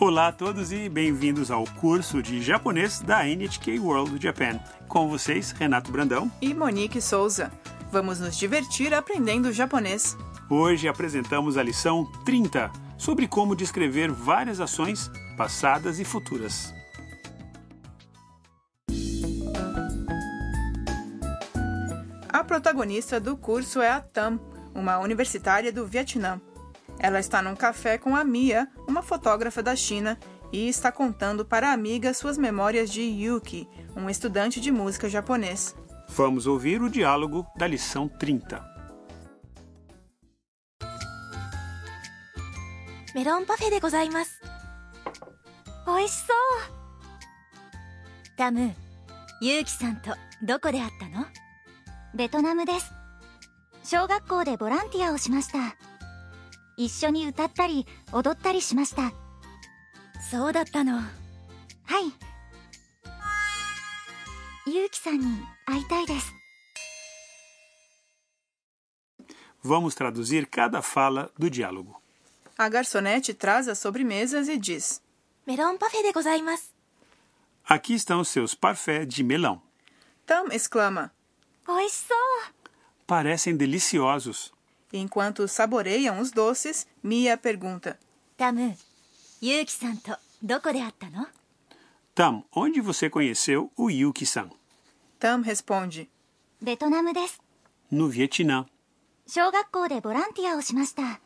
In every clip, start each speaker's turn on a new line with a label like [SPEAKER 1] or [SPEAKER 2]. [SPEAKER 1] Olá a todos e bem-vindos ao curso de japonês da NHK World Japan. Com vocês, Renato Brandão.
[SPEAKER 2] E Monique Souza. Vamos nos divertir aprendendo japonês.
[SPEAKER 1] Hoje apresentamos a lição 30 sobre como descrever várias ações passadas e futuras.
[SPEAKER 2] A protagonista do curso é a Tam, uma universitária do Vietnã. Ela está num café com a Mia, uma fotógrafa da China, e está contando para a amiga suas memórias de Yuki, um estudante de música japonês.
[SPEAKER 1] Vamos ouvir o diálogo da lição 30.
[SPEAKER 3] メロンパフェでございます。美味しそうタム、ユウキさんとどこで会ったのベトナムです。小学校でボランティアをしました。一緒に歌ったり踊ったりしました。そうだったの。はい。ユウキさんに会いたいです。
[SPEAKER 1] Vamos traduzir cada fala do diálogo.
[SPEAKER 2] A garçonete traz as sobremesas e diz:
[SPEAKER 3] メロンパフェでございます。
[SPEAKER 1] Aqui estão seus parfaits de melão.
[SPEAKER 2] Tam exclama,
[SPEAKER 3] 美味しそう。
[SPEAKER 1] Parecem deliciosos.
[SPEAKER 2] e enquanto saboreiam os doces, Mia pergunta.
[SPEAKER 3] タム、ユウキさんとどこで会ったの
[SPEAKER 1] Tam, onde você conheceu o Yuki-san?
[SPEAKER 2] Tam responde:
[SPEAKER 3] ベトナムです。
[SPEAKER 1] No Vietnã,
[SPEAKER 3] 小学校でボランティアをしました。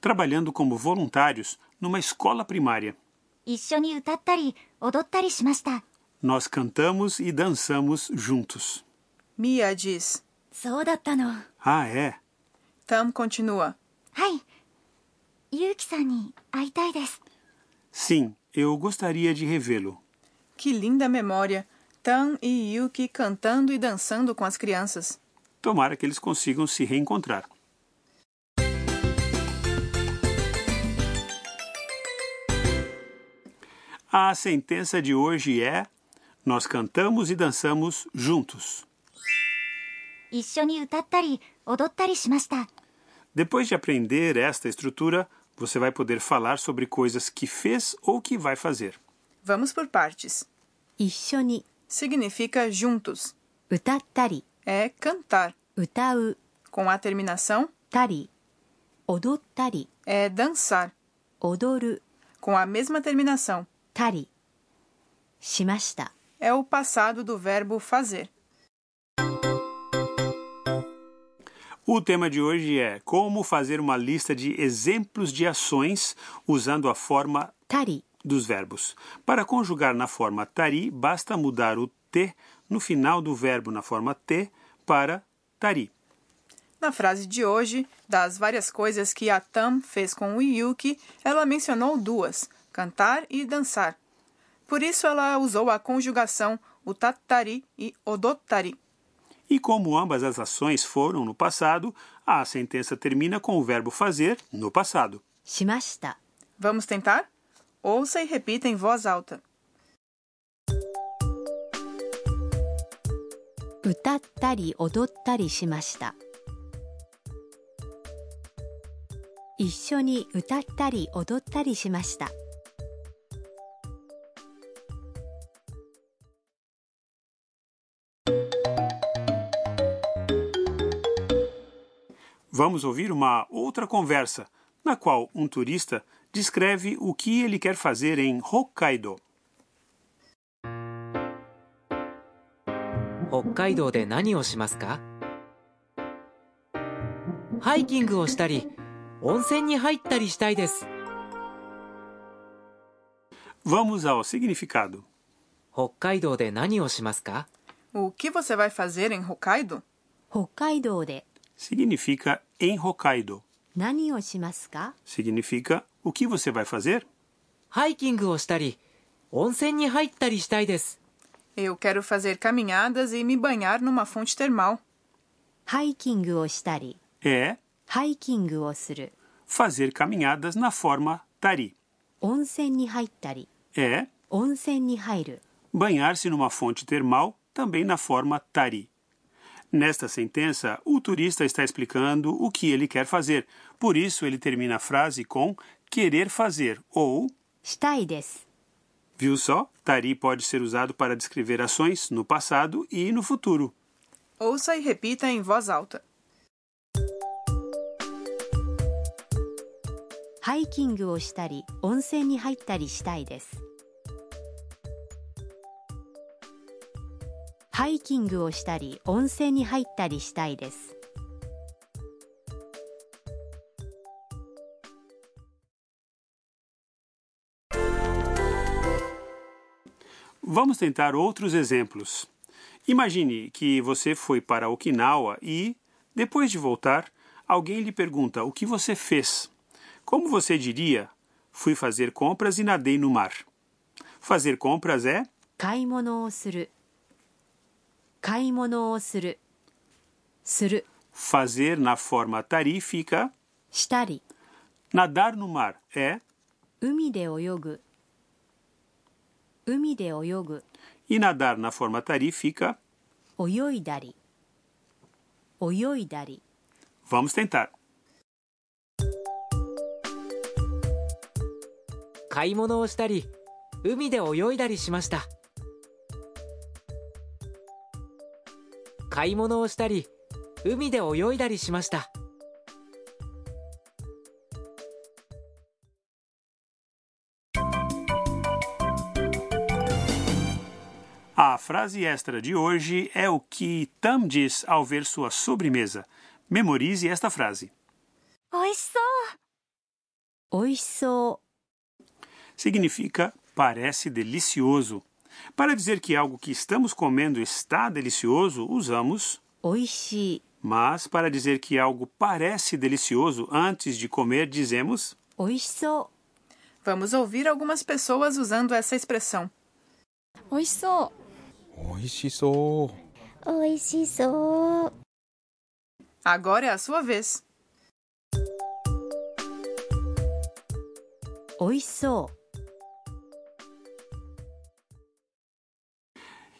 [SPEAKER 1] trabalhando como voluntários numa escola primária.
[SPEAKER 3] 一緒に歌ったり踊ったりしました。
[SPEAKER 1] Nós cantamos e dançamos juntos.
[SPEAKER 2] Mia diz.
[SPEAKER 3] そうだったの。は
[SPEAKER 1] Ah, é?
[SPEAKER 2] Tam continua.
[SPEAKER 3] い。ユウキさんに会いたいです。
[SPEAKER 1] Sim, eu gostaria de revê-lo.
[SPEAKER 2] Que linda memória! Tam e Yuki cantando e dançando com as crianças.
[SPEAKER 1] Tomara que eles consigam se reencontrar. A sentença de hoje é: Nós cantamos e dançamos juntos.
[SPEAKER 3] 一緒に歌ったり踊ったりしました。
[SPEAKER 1] Depois de aprender esta estrutura, você vai poder falar sobre coisas que fez ou que vai fazer.
[SPEAKER 2] Vamos por partes.
[SPEAKER 4] 一緒に
[SPEAKER 2] Significa juntos.
[SPEAKER 4] 歌ったり
[SPEAKER 2] É cantar.
[SPEAKER 4] 歌う
[SPEAKER 2] Com a terminação
[SPEAKER 4] たり踊ったり
[SPEAKER 2] é dançar.
[SPEAKER 4] 踊る
[SPEAKER 2] Com a mesma terminação
[SPEAKER 4] たりしました
[SPEAKER 2] é o passado do verbo fazer.
[SPEAKER 1] O tema de hoje é como fazer uma lista de exemplos de ações usando a forma
[SPEAKER 4] たり
[SPEAKER 1] dos verbos. Para conjugar na forma tari, basta mudar o t no final do verbo na forma t para tari.
[SPEAKER 2] Na frase de hoje, das várias coisas que a Tam fez com o Yuki, ela mencionou duas: cantar e dançar. Por isso, ela usou a conjugação o tatari e odotari.
[SPEAKER 1] E como ambas as ações foram no passado, a sentença termina com o verbo fazer no passado.
[SPEAKER 4] しました
[SPEAKER 2] Vamos tentar? Ouça e repita em voz alta.
[SPEAKER 4] 歌ったり踊ったりしました一緒に歌ったり踊ったりしました
[SPEAKER 1] Vamos ouvir uma outra conversa, na qual um turista descreve o que ele quer fazer em Hokkaido.
[SPEAKER 5] 北海道で何をしますかハイキングをしたり温泉に入ったりしたいです
[SPEAKER 1] Vamos ao significado.
[SPEAKER 5] 北海道で何をしますか
[SPEAKER 2] O que você vai fazer em Hokkaido?
[SPEAKER 4] 北海道で
[SPEAKER 1] Significa em Hokkaido.
[SPEAKER 4] 何をしますか
[SPEAKER 1] Significa o que você vai fazer?
[SPEAKER 5] ハイキングをしたり温泉に入ったりしたいです
[SPEAKER 2] Eu quero fazer caminhadas e me banhar numa fonte termal.
[SPEAKER 4] ハイキングをしたり
[SPEAKER 1] É
[SPEAKER 4] ハイキングをする
[SPEAKER 1] fazer caminhadas na forma tari.
[SPEAKER 4] 温泉に入ったり
[SPEAKER 1] É
[SPEAKER 4] 温泉に入る
[SPEAKER 1] banhar-se numa fonte termal, também na forma tari. Nesta sentença, o turista está explicando o que ele quer fazer, por isso ele termina a frase com querer fazer ou
[SPEAKER 4] したいです。
[SPEAKER 1] Viu só? Tari pode ser usado para descrever ações no passado e no futuro.
[SPEAKER 2] Ouça e repita em voz alta.
[SPEAKER 4] ハイキングをしたり、温泉に入ったりしたいです。ハイキングをしたり、温泉に入ったりしたいです。
[SPEAKER 1] Vamos tentar outros exemplos. Imagine que você foi para Okinawa e, depois de voltar, alguém lhe pergunta o que você fez. Como você diria? Fui fazer compras e nadei no mar. Fazer compras é
[SPEAKER 4] 買い物をする。買い物をする。する。
[SPEAKER 1] fazer na forma tari fica
[SPEAKER 4] したり。
[SPEAKER 1] nadar no mar é
[SPEAKER 4] 海で泳ぐ。海で泳ぐ。
[SPEAKER 1] e nadar na forma tari fica.
[SPEAKER 4] 泳いだり。泳いだり。
[SPEAKER 1] Vamos tentar.
[SPEAKER 5] 買い物をしたり海で泳いだりしました買い物をしたり海で泳いだりしました。
[SPEAKER 1] A frase extra de hoje é o que Tam diz ao ver sua sobremesa. Memorize esta frase.
[SPEAKER 3] 美味しそう
[SPEAKER 4] 美味しそ
[SPEAKER 1] Significa parece delicioso. Para dizer que algo que estamos comendo está delicioso, usamos
[SPEAKER 4] う。美味しい。
[SPEAKER 1] mas para dizer que algo parece delicioso antes de comer, dizemos
[SPEAKER 4] 美味しそ
[SPEAKER 2] Vamos ouvir algumas pessoas usando essa expressão.
[SPEAKER 3] 美味しそ
[SPEAKER 6] 美味しそう
[SPEAKER 3] う美味しそう
[SPEAKER 2] Agora é a sua vez.
[SPEAKER 4] う。美味しそう。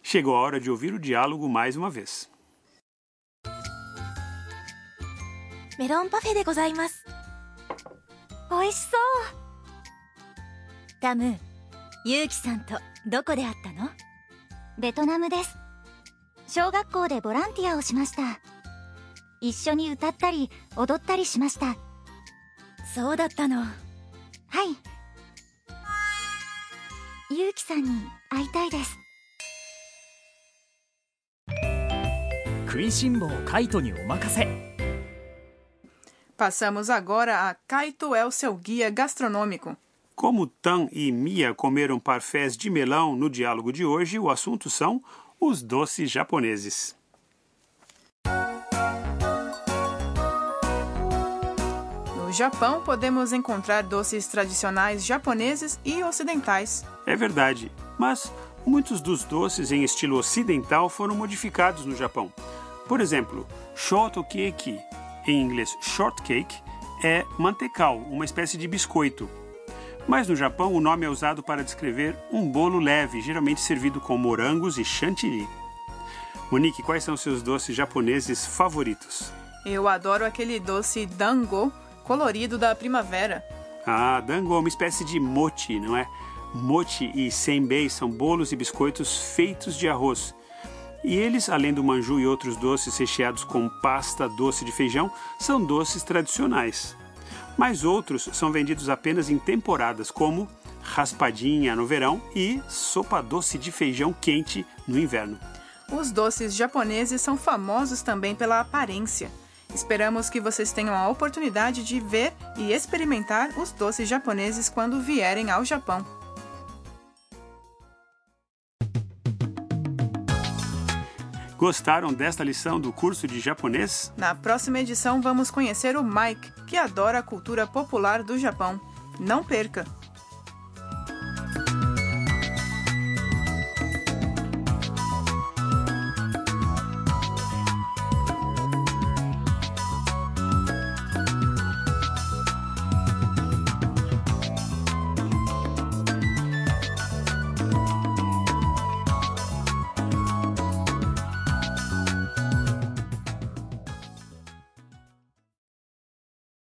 [SPEAKER 1] Chegou a hora de ouvir o diálogo mais uma vez.
[SPEAKER 3] メロンパフェでございます美味しそうタムユウキさんとどこで会ったのベトナムです小学校でボランティアをしました一緒に歌ったり踊ったりしましたそうだったのはいユウキさんに会いたいです
[SPEAKER 7] 食いしん坊カイトにお任せ
[SPEAKER 2] Passamos agora a Kaito é o seu guia gastronômico.
[SPEAKER 1] Como Tan e Mia comeram parfés de melão no diálogo de hoje, o assunto são os doces japoneses.
[SPEAKER 2] No Japão, podemos encontrar doces tradicionais japoneses e ocidentais.
[SPEAKER 1] É verdade, mas muitos dos doces em estilo ocidental foram modificados no Japão. Por exemplo, shortcake, em inglês shortcake, é mantecal, uma espécie de biscoito. Mas no Japão, o nome é usado para descrever um bolo leve, geralmente servido com morangos e chantilly. Monique, quais são seus doces japoneses favoritos?
[SPEAKER 2] Eu adoro aquele doce dango colorido da primavera.
[SPEAKER 1] Ah, dango é uma espécie de mochi, não é? Mochi e senbei são bolos e biscoitos feitos de arroz. E eles, além do manju e outros doces recheados com pasta doce de feijão, são doces tradicionais. Mas outros são vendidos apenas em temporadas, como raspadinha no verão e sopa doce de feijão quente no inverno.
[SPEAKER 2] Os doces japoneses são famosos também pela aparência. Esperamos que vocês tenham a oportunidade de ver e experimentar os doces japoneses quando vierem ao Japão.
[SPEAKER 1] Gostaram desta lição do curso de japonês?
[SPEAKER 2] Na próxima edição, vamos conhecer o Mike, que adora a cultura popular do Japão. Não perca!